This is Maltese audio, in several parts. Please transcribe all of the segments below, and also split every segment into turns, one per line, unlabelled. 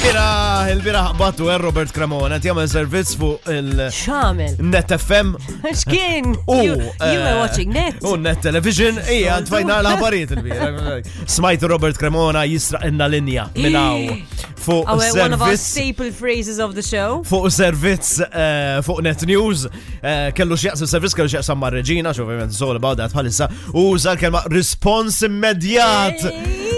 Il-bira, il-bira ħabatu għer eh, Robert Cremona, ti għamil servizz fuq
Xamel.
il-Net FM
Xkien.
u.
You you
eh,
were watching net.
U Net Television, ija, tfajna l-ħabariet il-bira. Smajtu Robert Cremona jisraq inna linja minnaw fuq
Our Oh, eh, one of our
servizz.
staple phrases of the show.
Fuq servizz eh, fuq Net News, eh, kellu xieqs il-servizz, kellu xieqs ma' Reġina, xo ovvijament it's all about that bħalissa, u uża l-kelma respons immedjat.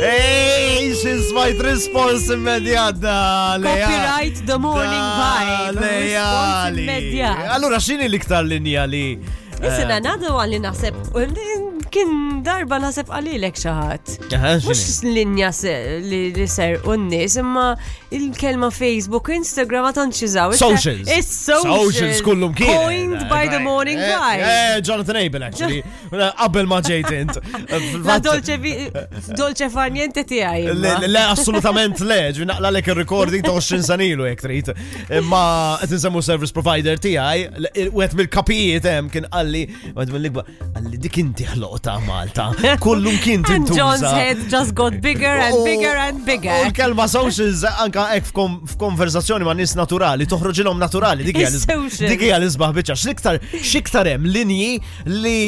Ej, xin smajt respons immedjat da, Lea.
Copyright the morning vibe. Response
Lejali.
immedjat.
Allura xini l-iktar linja li? eh,
Listen, another one li naħseb, kien darba naħseb għalilek xaħat.
Aha, x'inhi?
Mux linja se- li li ser unnis, imma il-kelma Facebook, Instagram, ma tantx iżaw.
Socials.
It's socials.
Socials kullum kien.
Coined by the morning
Eh,
vibe.
Eh, Jonathan Abel, actually. Qabel ma ġejt int.
La
Fil-fatt-
dolce, vi- dolce far niente ti
Le, le, le, assolutament le, ġvi naqla lek il-recording ta' 20 sanilu jek trid. Imma qed insemmu service provider tiegħi, l- u qed mill-kapijiet hemm kien qalli, u qed mill-ikba, qalli dik inti ħloq ta' Malta. Kullum kien
And John's
tintuża.
head just got bigger and
U-
bigger and
U
bigger.
l-kelma socials anka hekk f'kom- f'konversazzjoni ma' nies naturali, toħroġilhom naturali, dik hija l-
Is-social.
dik hija l-isbaħ biċċa. X'iktar x'iktar hemm linji li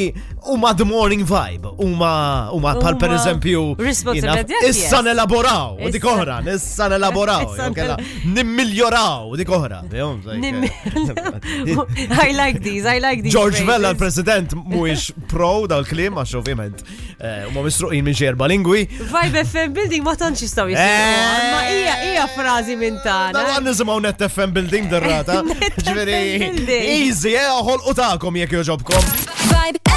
huma the morning vibe, huma huma bħal
Huma
pereżempju
responsibility,
jina- issa
yes.
nelaboraw, dik
Issa-
oħra, issa nelaboraw,
Issa
jew kella
nel-
nimmiljoraw, dik oħra. jew, like,
Nim-
eh,
I like these, I like these.
George Vella,
phrases.
l-president, mhuwiex pro daw l-klim, għax ovvjament eh, huma misruqin minn xi erba' lingwi.
Vibe FM building ma tantx jistgħu jisibu. Ma hija hija frażi minn
Dawa
tagħna.
nisimaw net FM building derrata.
Net FM
Ġveri,
building.
easy, eh, uħol utakom jek joġobkom.
Vibe